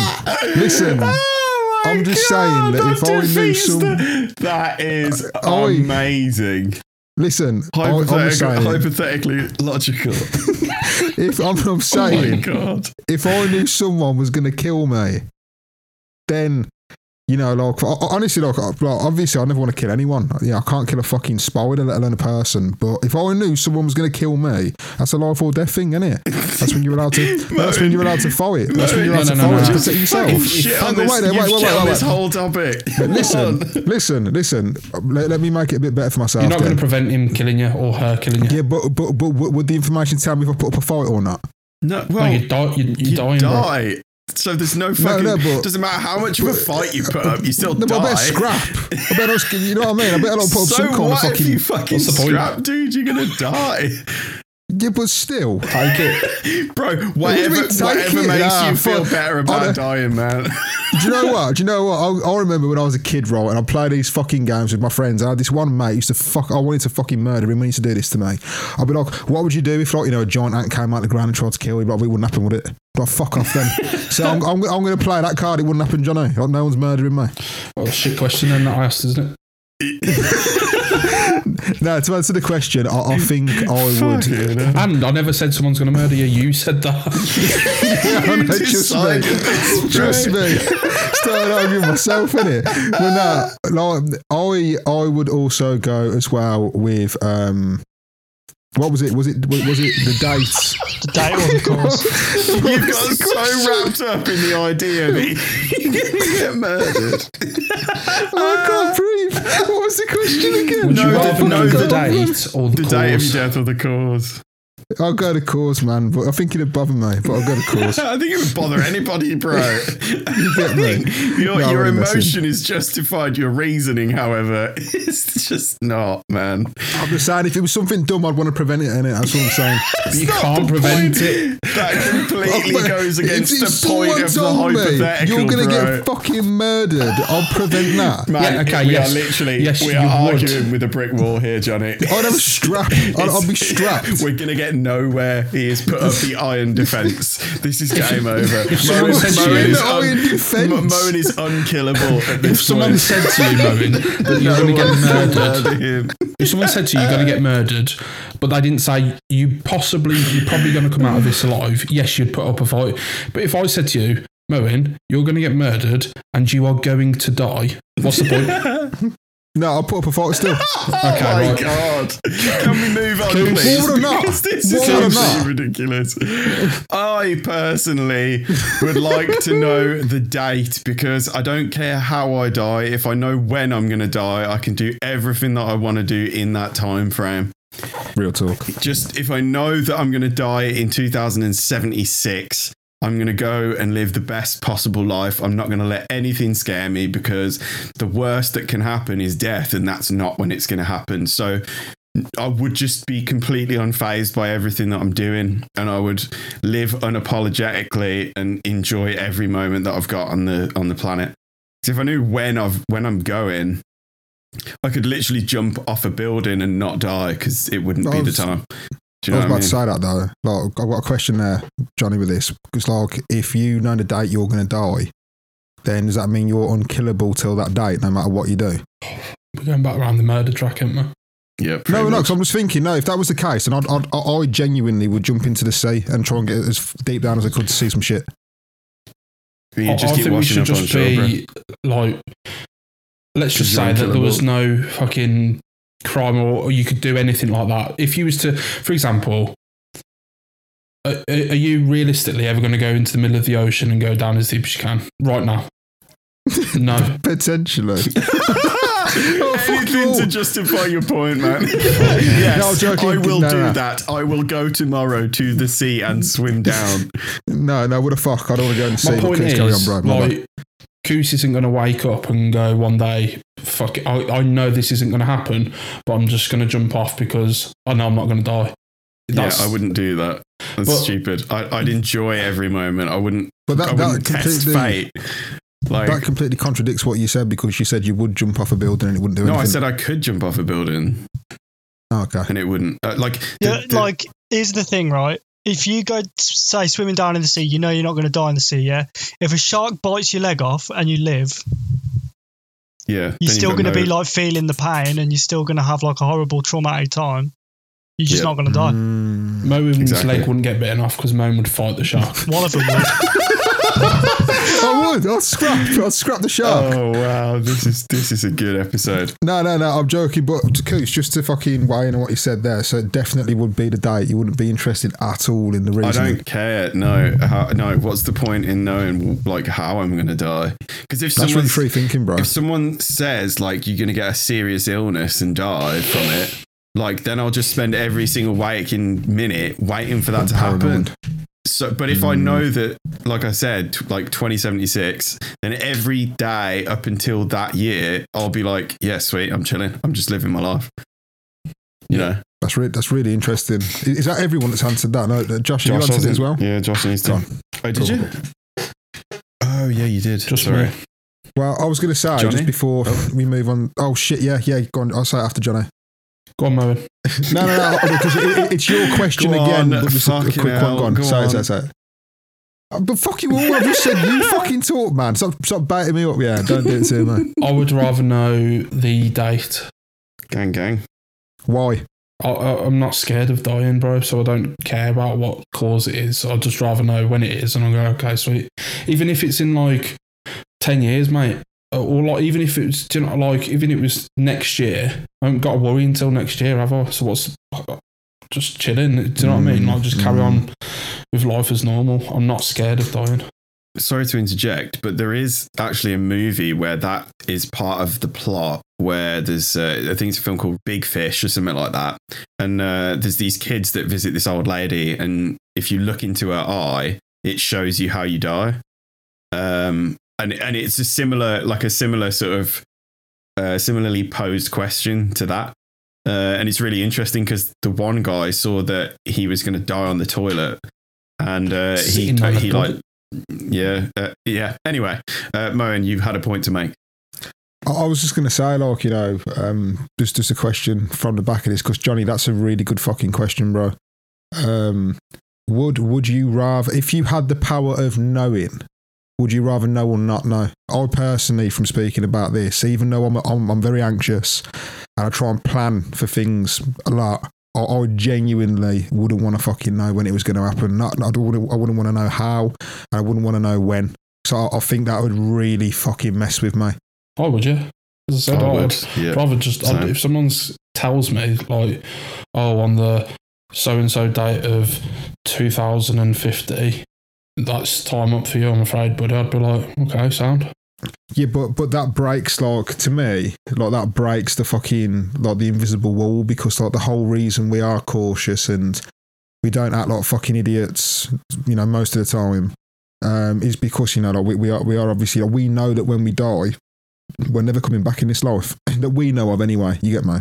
S2: listen.
S1: Oh my
S2: I'm just saying that if I
S1: that
S2: knew
S1: defeats
S2: some-
S1: the- that is
S2: I-
S1: amazing.
S2: Listen, I, I'm
S1: Hypothetical,
S2: saying,
S1: hypothetically logical.
S2: if I'm, I'm
S1: oh my
S2: saying,
S1: god!
S2: if I knew someone was going to kill me, then, you know, like, I- I- honestly, like, I- like, obviously, I never want to kill anyone. Yeah, I can't kill a fucking spider, let alone a person. But if I knew someone was going to kill me, that's a life or death thing, isn't it? That's when you're allowed to. that's when you're allowed to fight it. That's when you're allowed
S3: No,
S2: to
S3: no, no,
S2: fight it to
S3: no. Just
S2: protect yourself.
S1: Fucking shit on
S2: Hang on,
S1: this,
S2: wait there,
S1: you've
S2: wait, wait,
S1: shit
S2: wait,
S1: on
S2: wait.
S1: this whole topic.
S2: Listen, listen, listen. Let, let me make it a bit better for myself.
S3: You're not going
S2: then.
S3: to prevent him killing you or her killing you.
S2: yeah, but, but but would would the information tell me if I put up a fight or not?
S1: No,
S3: No,
S1: well,
S3: you die. You,
S1: you
S3: you dying, bro.
S1: die. So there's no fucking.
S2: no, but-
S1: doesn't matter how much of a fight you put up, you still
S2: No, but I
S1: die.
S2: better scrap. I better not, you know what I mean. I better not put up
S1: so
S2: some kind of
S1: what if
S2: fucking.
S1: you fucking
S3: What's the point?
S1: scrap, dude? You're gonna die,
S2: Yeah, but still,
S3: Take it.
S1: bro.
S2: What do you
S1: Whatever,
S2: mean, take
S1: whatever
S2: it? Ah,
S1: makes
S2: Nah,
S1: you feel
S2: fuck.
S1: better
S2: I
S1: about
S2: don't-
S1: dying, man.
S2: do you know what? Do you know what? I, I remember when I was a kid, right, and I played these fucking games with my friends. I had this one mate who used to fuck. I wanted to fucking murder him. When he used to do this to me, I'd be like, "What would you do if, like, you know, a giant ant came out of the ground and tried to kill you?" Like, it wouldn't happen, would it? Like, fuck off then. so I'm, I'm, I'm going to play that card. It wouldn't happen, Johnny. Like, no one's murdering me.
S3: Well, shit question then that I asked, isn't it?
S2: No, to answer the question, I, I think I would.
S1: Fucking hell.
S3: And I never said someone's going to murder you. You said that.
S2: Yeah,
S1: You
S2: no, trust me.
S1: decided this,
S2: Trust
S1: bro.
S2: me. Started arguing myself in it. But no, like, I I would also go as well with um what was it? Was it was it the dates?
S4: The date or the course.
S1: You've got so wrapped up in the idea that you're gonna get murdered.
S2: I can't breathe. What was the question again?
S3: Would you
S1: No,
S3: rather
S1: the-
S3: know
S1: no,
S3: the
S1: the-
S3: date or the,
S1: The
S3: cause?
S1: date of your death or the cause?
S2: I'll go to cause, man. But I think it'd bother me. But I'll go to cause.
S1: I think it would bother anybody, bro. you
S2: get me?
S1: Your,
S2: No,
S1: your
S2: I'm messing.
S1: emotion is justified. Your reasoning, however, is just not, man.
S2: I'm just saying, if it was something dumb, I'd want to prevent it. In it, that's what I'm saying.
S3: You
S1: That's
S3: can't
S1: the
S3: prevent
S1: point.
S3: it.
S1: That completely
S2: But
S1: goes
S2: if-
S1: against
S2: if
S1: the point
S2: someone
S1: of the
S2: told me
S1: hypothetical.
S2: You're gonna
S1: bro.
S2: get fucking murdered. I'll prevent that.
S1: Man,
S3: Yeah, okay,
S1: we
S3: yes.
S1: are literally
S3: Yes,
S1: we
S3: you
S1: are
S3: would.
S1: arguing with a brick wall here, Johnny.
S2: I'd have a strap. I'd, I'd be strapped.
S1: We're gonna get nowhere. He has put up the iron defense. This is game over.
S3: someone said to you-
S2: The iron defense.
S1: Mo- Moen is unkillable at
S3: If
S1: this
S3: someone
S1: point.
S3: said to you, Moen, that you're going to get murdered,
S1: Murder him.
S3: if someone said to you, you're going to get murdered, but they didn't say, you possibly, you're probably going to come out of this alive, yes, you'd put up a fight. But if I said to you, Moen, you're going to get murdered and you are going to die, what's the point?
S2: No, I'll put up a fight still.
S1: Oh
S3: Okay,
S1: my
S3: right.
S1: god! Can we move on,
S3: Can we-
S1: please?
S2: What or not?
S1: Because this is
S2: What or
S1: absolutely
S2: not?
S1: ridiculous. I personally would like to know the date because I don't care how I die. If I know when I'm going to die, I can do everything that I want to do in that time frame.
S2: Real talk.
S1: Just if I know that I'm going to die in 2076. I'm going to go and live the best possible life. I'm not going to let anything scare me because the worst that can happen is death, and that's not when it's going to happen. So I would just be completely unfazed by everything that I'm doing, and I would live unapologetically and enjoy every moment that I've got on the on the planet. 'Cause if I knew when I've when I'm going, I could literally jump off a building and not die because it wouldn't
S2: I
S1: be the
S2: was-
S1: time. Do
S2: I
S1: you
S2: was
S1: know what I
S2: about to
S1: mean?
S2: say that though. Like, I've got a question there, Johnny, with this. Because, like, if you know the date you're going to die, then does that mean you're unkillable till that date, no matter what you do?
S3: We're going back around the murder track, aren't we?
S1: Yeah,
S2: No,
S1: pretty
S2: no,
S1: much.
S2: because I'm just thinking, no, if that was the case, then I'd, I'd, I I genuinely would jump into the sea and try and get as deep down as I could to see some shit.
S1: You just keep washing up on shore, bro.
S3: like, let's
S1: Because
S3: just
S1: you're
S3: say that there was
S1: unkillable.
S3: no fucking crime or, or you could do anything like that. If you was to, for example, are, are you realistically ever going to go into the middle of the ocean and go down as deep as you can right now? No.
S2: Potentially. Oh, fuck you
S1: Anything
S2: all.
S1: to justify your point, man. yes,
S2: No, I'm joking.
S1: I will
S2: No,
S1: do
S2: no.
S1: that. I will go tomorrow to the sea and swim down.
S2: No, no, what the fuck? I don't want to go and see.
S3: My
S2: but
S3: point
S2: please carry on,
S3: is,
S2: bro. My bad.
S3: like, Coos isn't going to wake up and go one day, fuck it, I, I know this isn't going to happen, but I'm just going to jump off because I know I'm not going to die. That's-
S1: yeah, I wouldn't do that. That's
S3: But-
S1: stupid. I, I'd enjoy every moment. I wouldn't.
S2: but
S1: I
S2: that, that
S1: wouldn't test
S2: completely,
S1: fate. Like,
S2: that completely contradicts what you said because you said you would jump off a building and it wouldn't do
S1: no,
S2: anything.
S1: I said I could jump off a building
S2: Oh, okay.
S1: and it wouldn't. Uh, like, the-
S4: Yeah,
S1: the-
S4: like here's the thing, right? if you go say swimming down in the sea, you know you're not going to die in the sea. Yeah. If a shark bites your leg off and you live,
S1: Yeah. then
S4: you're
S1: you've
S4: still
S1: got
S4: going to
S1: no-
S4: be like feeling the pain, and you're still going to have like a horrible traumatic time. You're just
S1: Yeah.
S4: not going to die.
S2: Mm.
S3: Moan's
S1: Exactly.
S3: leg wouldn't get bitten off because Moan would fight the shark.
S4: One of them would.
S2: I would. I'll scrap. I'll scrap the shark.
S1: Oh wow, this is this is a good episode.
S2: No, no, no. I'm joking. But to Cooch, just to fucking weigh in on what you said there. So it definitely would be the date. You wouldn't be interested at all in the
S1: I
S2: reason.
S1: don't care. No, how, no. What's the point in knowing like how I'm going to die? Because if
S2: That's
S1: someone
S2: really free thinking, bro.
S1: if someone says like you're going to get a serious illness and die from it, like then I'll just spend every single waking minute waiting for that to happen.
S2: Paranoid. Hmm.
S1: So, but if I know that, like I said, t- like 2076, then every day up until that year, I'll be like, yeah, sweet, I'm chilling. I'm just living my life. You know,
S2: That's re- that's really interesting. Is is that everyone that's answered that? No, uh, Josh, have you answered it as well?
S1: Yeah, Josh needs
S2: Go
S1: to.
S2: on.
S1: Oh, did you? Oh, yeah, you did.
S3: Just
S1: Sorry.
S3: me.
S2: Well, I was going to say
S1: Johnny?
S2: just before we move on. Oh shit! Yeah, yeah. Go on. I'll say it after Johnny.
S3: Go on, Moan.
S2: No, no, no. Because it, it- it's your question
S1: Go
S2: again.
S1: on,
S2: but just a- a
S1: fucking
S2: quick
S1: hell,
S2: one. Go on.
S1: go
S2: Say it,
S1: on.
S2: say it, say it. Uh, But fuck you all. I've just said you fucking talk, man. Stop, stop biting me up. Yeah, don't do it to me.
S3: I would rather know the date.
S1: Gang, gang.
S2: Why?
S3: I, I, I'm not scared of dying, bro, so I don't care about what cause it is. I'd just rather know when it is and I'll go, okay, sweet. Even if it's in like 10 years, mate, or like, even if it's, do you know, like, even if it was next year, I haven't got to worry until next year, have I? So what's, just chilling, do you know what I mean?
S2: Mm,
S3: Like, just carry on with life as normal. I'm not scared of dying.
S1: Sorry to interject, but there is actually a movie where that is part of the plot. Where there's, uh, I think it's a film called Big Fish or something like that. And uh, there's these kids that visit this old lady, and if you look into her eye, it shows you how you die. Um, and and it's a similar, like a similar sort of, uh, similarly posed question to that. Uh, and it's really interesting because the one guy saw that he was going to die on the toilet, and uh, he
S3: Sitting on the
S1: he like
S3: toilet.
S1: yeah, uh, yeah. Anyway, uh, Moen, you've had a point to make.
S2: I I was just going to say, like, you know, um, just just a question from the back of this, because Johnny, that's a really good fucking question, bro. Um, would would you rather, if you had the power of knowing, would you rather know or not know? I personally, from speaking about this, even though I'm I'm, I'm very anxious and I try and plan for things a lot. I, I genuinely wouldn't want to fucking know when it was going to happen. Not, not- I wouldn't, I wouldn't want to know how, and I wouldn't want to know when. So I, I think that would really fucking mess with me.
S3: Why Oh, would you? As I said, I would.
S1: Yeah.
S3: rather just
S1: Same.
S3: I'd, if someone's tells me like oh on the so and so date of 2050 that's time up for you i'm afraid buddy i'd be like okay sound
S2: Yeah, but but that breaks like to me, like that breaks the fucking like the invisible wall because like the whole reason we are cautious and we don't act like fucking idiots, you know, most of the time, um, is because you know like we, we are we are obviously like, we know that when we die, we're never coming back in this life that we know of anyway. You get me?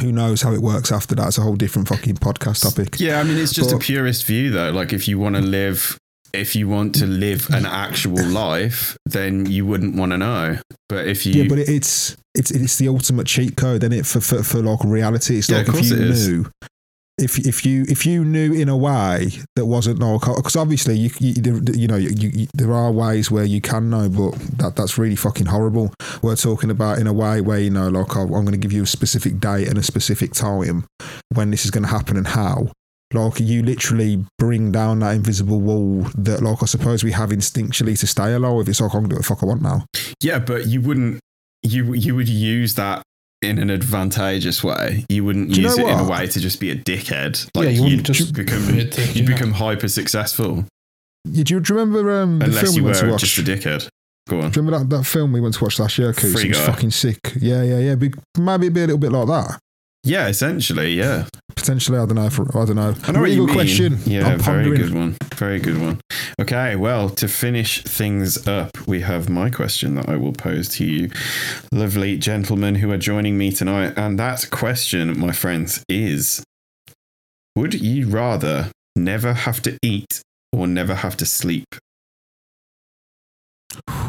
S2: Who knows how it works after that? It's a whole different fucking podcast topic.
S1: yeah, I mean, it's just a
S2: But-
S1: purist view, though. Like, if you want to live, if you want to live an actual life, then you wouldn't want to know. But if you,
S2: Yeah, but it- it's it's it's the ultimate cheat code, then it for, for for like reality. It's
S1: Yeah,
S2: like
S1: of
S2: if
S1: course
S2: you
S1: it is.
S2: knew, if if you if you knew in a way that wasn't like because obviously you you, there- you know you, you, there are ways where you can know, but that that's really fucking horrible. We're talking about in a way where you know like I'm going to give you a specific date and a specific time when this is going to happen and how. Like you literally bring down that invisible wall that, like I suppose we have instinctually to stay alive. It's like I'm gonna do what the fuck I want now.
S1: yeah, but you wouldn't. You you would use that in an advantageous way. You wouldn't
S2: Do you
S1: use
S2: know
S1: it in a
S2: what?
S1: way to just be a dickhead. Like
S3: yeah you
S1: you
S3: wouldn't
S1: would
S3: just
S1: just become
S3: be a dick,
S1: you
S3: yeah.
S1: become hyper successful
S2: Yeah, do you do you remember um, the
S1: unless
S2: film
S1: you
S2: we
S1: were
S2: went to watch?
S1: just a dickhead. Go on.
S2: do you remember that, that film we went to watch last year, Coos?
S1: Free
S2: It was
S1: Guy.
S2: fucking sick. Yeah, yeah, yeah. Be, maybe it'd be a little bit like that.
S1: Yeah, essentially, yeah.
S2: Potentially, I don't know. For, I don't know.
S1: I know what
S2: Really
S1: you
S2: good
S1: mean.
S2: question.
S1: Yeah,
S2: I'm
S1: very
S2: pondering.
S1: good one. Very good one. Okay, well, to finish things up, we have my question that I will pose to you, lovely gentlemen who are joining me tonight. And that question, my friends, is Would you rather never have to eat or never have to sleep?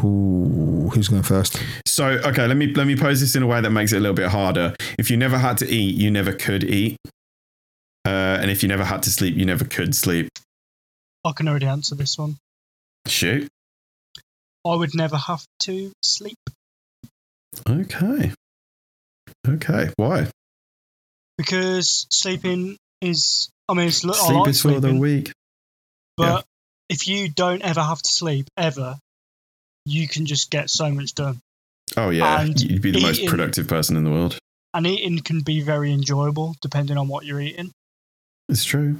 S2: Ooh, who's going first?
S1: So, okay, let me let me pose this in a way that makes it a little bit harder. If you never had to eat, you never could eat. Uh, and if you never had to sleep, you never could sleep.
S4: I can already answer this one.
S1: Shoot.
S4: I would never have to sleep
S1: Okay. Okay. Why?
S4: because sleeping is. I mean, it's, I
S1: sleep
S4: like
S1: is for the
S4: sleeping,
S1: weak.
S4: but if you don't ever have to sleep ever, you can just get so much done.
S1: Oh yeah,
S4: And
S1: you'd be the most
S4: eating-
S1: productive person in the world.
S4: And eating can be very enjoyable depending on what you're eating,
S1: It's true.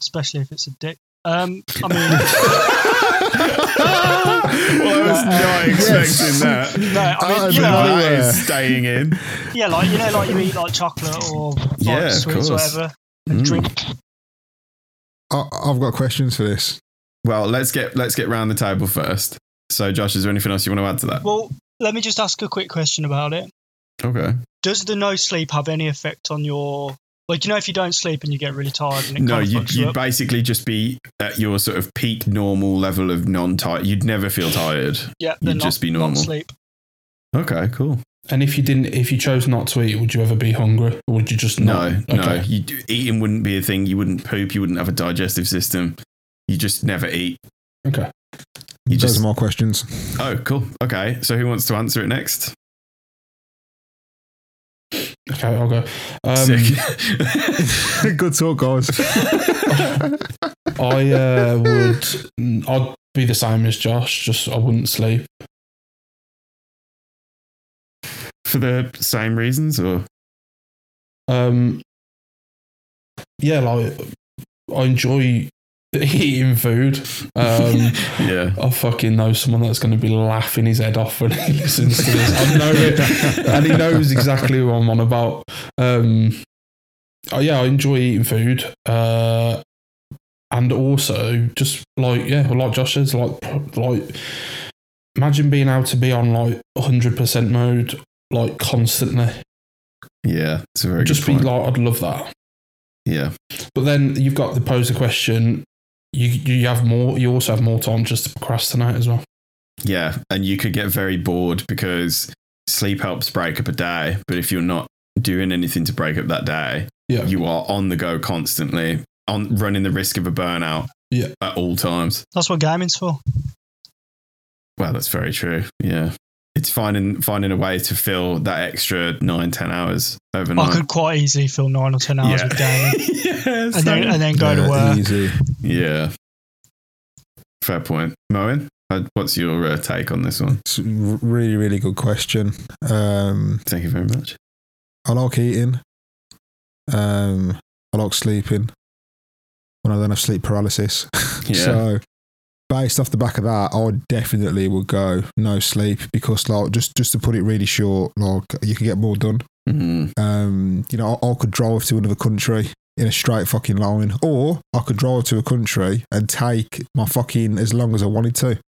S4: especially if it's a dick. Um, I mean,
S1: well, I was not
S2: Yes.
S1: expecting that.
S4: no, I
S2: Out
S4: mean,
S2: of
S4: you know, uh,
S1: That
S2: nowhere.
S1: is staying in.
S4: yeah, like you know, like you eat like chocolate or like
S1: Yeah, of
S4: sweets or
S1: course.
S4: whatever, and
S1: Mm.
S4: drink.
S2: uh, I, I've got questions for this.
S1: Well, let's get let's get round the table first. So, Josh, is there anything else you want to add to that?
S4: Well, let me just ask a quick question about it.
S1: okay.
S4: Does the no sleep have any effect on your like you know if you don't sleep and you get really tired and it
S1: No,
S4: kind of
S1: you,
S4: fucks you
S1: you'd
S4: up?
S1: basically just be at your sort of peak normal level of non tired. You'd never feel tired.
S4: yeah, then
S1: you'd just
S4: not,
S1: be
S4: not
S1: normal.
S4: sleep.
S1: Okay, cool.
S3: And if you didn't, if you chose not to eat, would you ever be hungry? Or would you just
S1: No,
S3: not?
S1: no, you, eating wouldn't be a thing. You wouldn't poop. You wouldn't have a digestive system. You just never eat.
S3: Okay.
S1: You
S2: Those
S1: just
S2: are my questions.
S1: oh, cool. Okay, so who wants to answer it next?
S3: Okay, I'll go. Um,
S1: Sick.
S2: Good talk, guys.
S3: I uh, would. mm, I'd be the same as Josh. Just I wouldn't sleep.
S1: For the same reasons, or
S3: Um, yeah, like I enjoy eating food. Um,
S1: yeah.
S3: I fucking know someone that's going to be laughing his head off when he listens to this. I know it, and he knows exactly what I'm on about. Um, oh yeah, I enjoy eating food, uh, and also just like yeah, like Josh says, like like imagine being able to be on like 100 percent mode like constantly.
S1: Yeah, it's a very
S3: Just
S1: good point.
S3: be like, I'd love that.
S1: yeah,
S3: But then you've got to pose the question. You you have more. You also have more time just to procrastinate as well.
S1: yeah, and you could get very bored because sleep helps break up a day. But if you're not doing anything to break up that day,
S3: Yeah.
S1: you are on the go constantly, on running the risk of a burnout.
S3: Yeah.
S1: at all times.
S4: That's what gaming's for.
S1: Well, that's very true. Yeah, it's finding finding a way to fill that extra nine ten hours overnight.
S4: I could quite easily fill nine or ten hours with gaming.
S1: yeah,
S4: And then,
S1: same.
S4: and then go to
S2: Yeah,
S4: work.
S2: Easy.
S1: yeah. Fair point, Moen. uh, What's your uh, take on this one?
S2: It's a r- really, really good question. Um,
S1: Thank you very much.
S2: I like eating. Um, I like sleeping. When I don't have sleep paralysis.
S1: Yeah.
S2: So, based off the back of that, I would definitely would go no sleep because, like, just just to put it really short, like you can get more done.
S1: Mm.
S2: Um, you know, I, I could drive to another country in a straight fucking line, or I could drive to a country and take my fucking as long as I wanted to.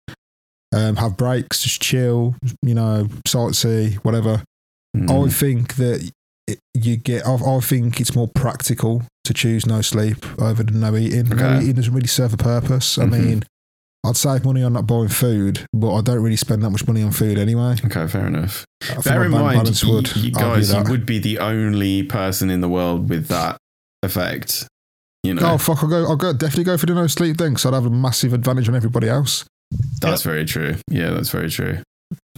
S2: Um, have breaks, just chill, you know, sightsee, whatever. I
S1: Mm.
S2: think that it, you get. I, I think it's more practical to choose no sleep over the no eating. No
S1: Okay.
S2: eating doesn't really serve a purpose. I
S1: Mhm.
S2: mean, I'd save money on not buying food, but I don't really spend that much money on food anyway.
S1: Okay, fair enough.
S2: I think my
S1: Bear in
S2: bank
S1: mind,
S2: balance
S1: you,
S2: would
S1: you
S2: argue
S1: guys, you
S2: that.
S1: would be the only person in the world with that effect. You know,
S2: Oh fuck! I'll go. I'll go. Definitely go for the no sleep thing. So I'd have a massive advantage on everybody else.
S1: that's very true. Yeah, that's very true.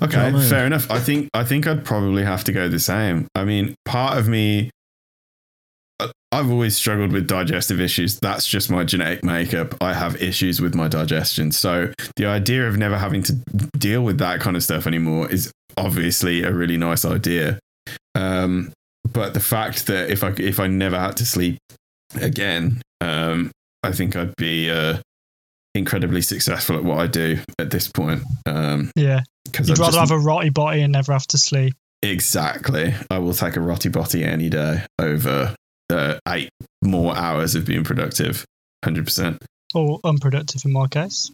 S1: Okay,
S2: what I mean?
S1: fair enough. I think I think I'd probably have to go the same. I mean, part of me, I- I've always struggled with digestive issues. That's just my genetic makeup. I have issues with my digestion. So the idea of never having to deal with that kind of stuff anymore is obviously a really nice idea. Um, but the fact that if I if I never had to sleep again, um, I think I'd be uh, incredibly successful at what I do at this point. Um,
S4: Yeah.
S1: because
S4: You'd rather have a rotty body and never have to sleep.
S1: exactly. I will take a rotty body any day over uh, eight more hours of being productive. Hundred percent.
S4: Or unproductive in my case.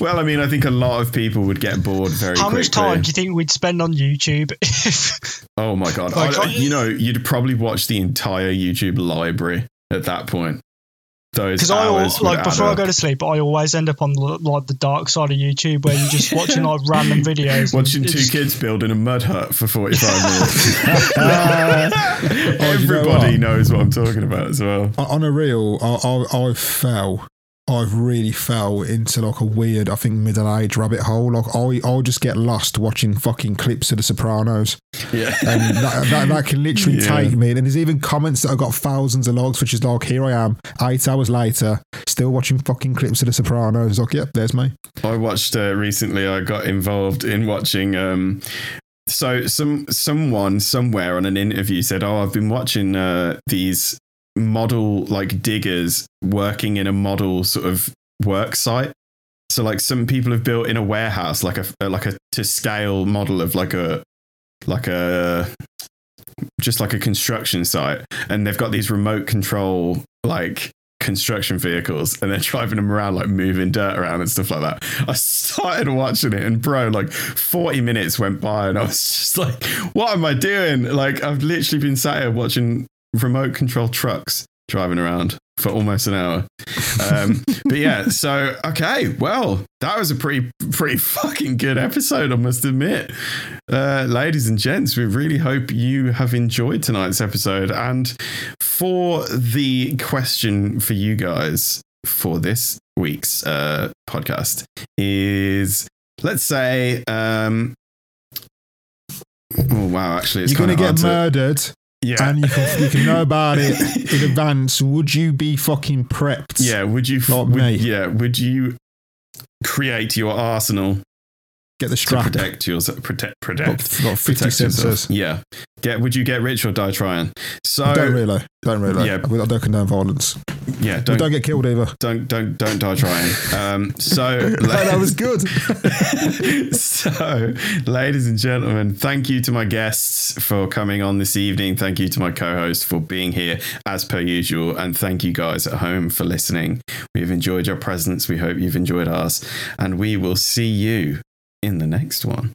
S1: well, I mean, I think a lot of people would get bored very
S4: How
S1: quickly.
S4: much time do you think we'd spend on YouTube if
S1: Oh my god!
S4: Like,
S1: I-
S4: I-
S1: you know, you'd probably watch the entire YouTube library at that point. those
S4: Because I al-
S1: hours.
S4: like before I go to sleep, I always end up on the- like the dark side of YouTube where you're just watching like random videos. and
S1: Watching two
S4: it's-
S1: kids building a mud hut for 45 minutes. Oh,
S2: know
S1: Everybody
S2: what?
S1: knows what I'm talking about as well.
S2: on on a reel, I, I, I fell. I've really fell into like a weird, I think, middle age rabbit hole. Like I, I'll just get lost watching fucking clips of The Sopranos,
S1: Yeah.
S2: and that, that, that can literally
S1: Yeah.
S2: take me. And there's even comments that have got thousands of likes, which is like, here I am, eight hours later, still watching fucking clips of The Sopranos. Like, yep, there's me.
S1: I watched uh, recently. I got involved in watching. Um, so some someone somewhere on an interview said, "Oh, I've been watching uh, these model like diggers working in a model sort of work site." So like some people have built in a warehouse like a uh, like a to scale model of like a like a just like a construction site and they've got these remote control like construction vehicles and they're driving them around like moving dirt around and stuff like that i started watching it and bro like 40 minutes went by and i was just like what am i doing like i've literally been sat here watching remote control trucks driving around for almost an hour um but yeah so okay well that was a pretty pretty fucking good episode i must admit uh, ladies and gents, we really hope you have enjoyed tonight's episode. And for the question for you guys for this week's uh, podcast is let's say, um, oh, wow, actually, it's
S2: You're gonna
S1: kind
S2: get
S1: of hard
S2: murdered,
S1: to, yeah.
S2: and you can, you can know about it in advance. Would you be fucking prepped?
S1: Yeah, would you,
S2: Not
S1: would,
S2: me.
S1: yeah, would you create your arsenal
S2: Get
S1: to
S2: the strap.
S1: protect yourself, protect,
S2: Got,
S1: protect,
S2: got 50
S1: protect yourself?
S2: sensors.
S1: Yeah. Get, would you get rich or die trying? So,
S2: don't really. Don't really.
S1: Oh, Yeah.
S2: I don't condone violence.
S1: yeah,
S2: Don't,
S1: don't,
S2: don't get killed either.
S1: don't don't don't die trying. Um, so
S2: that was good.
S1: so, ladies and gentlemen, thank you to my guests for coming on this evening. Thank you to my co-host for being here as per usual, and thank you guys at home for listening. We've enjoyed your presence. We hope you've enjoyed ours, and we will see you in the next one.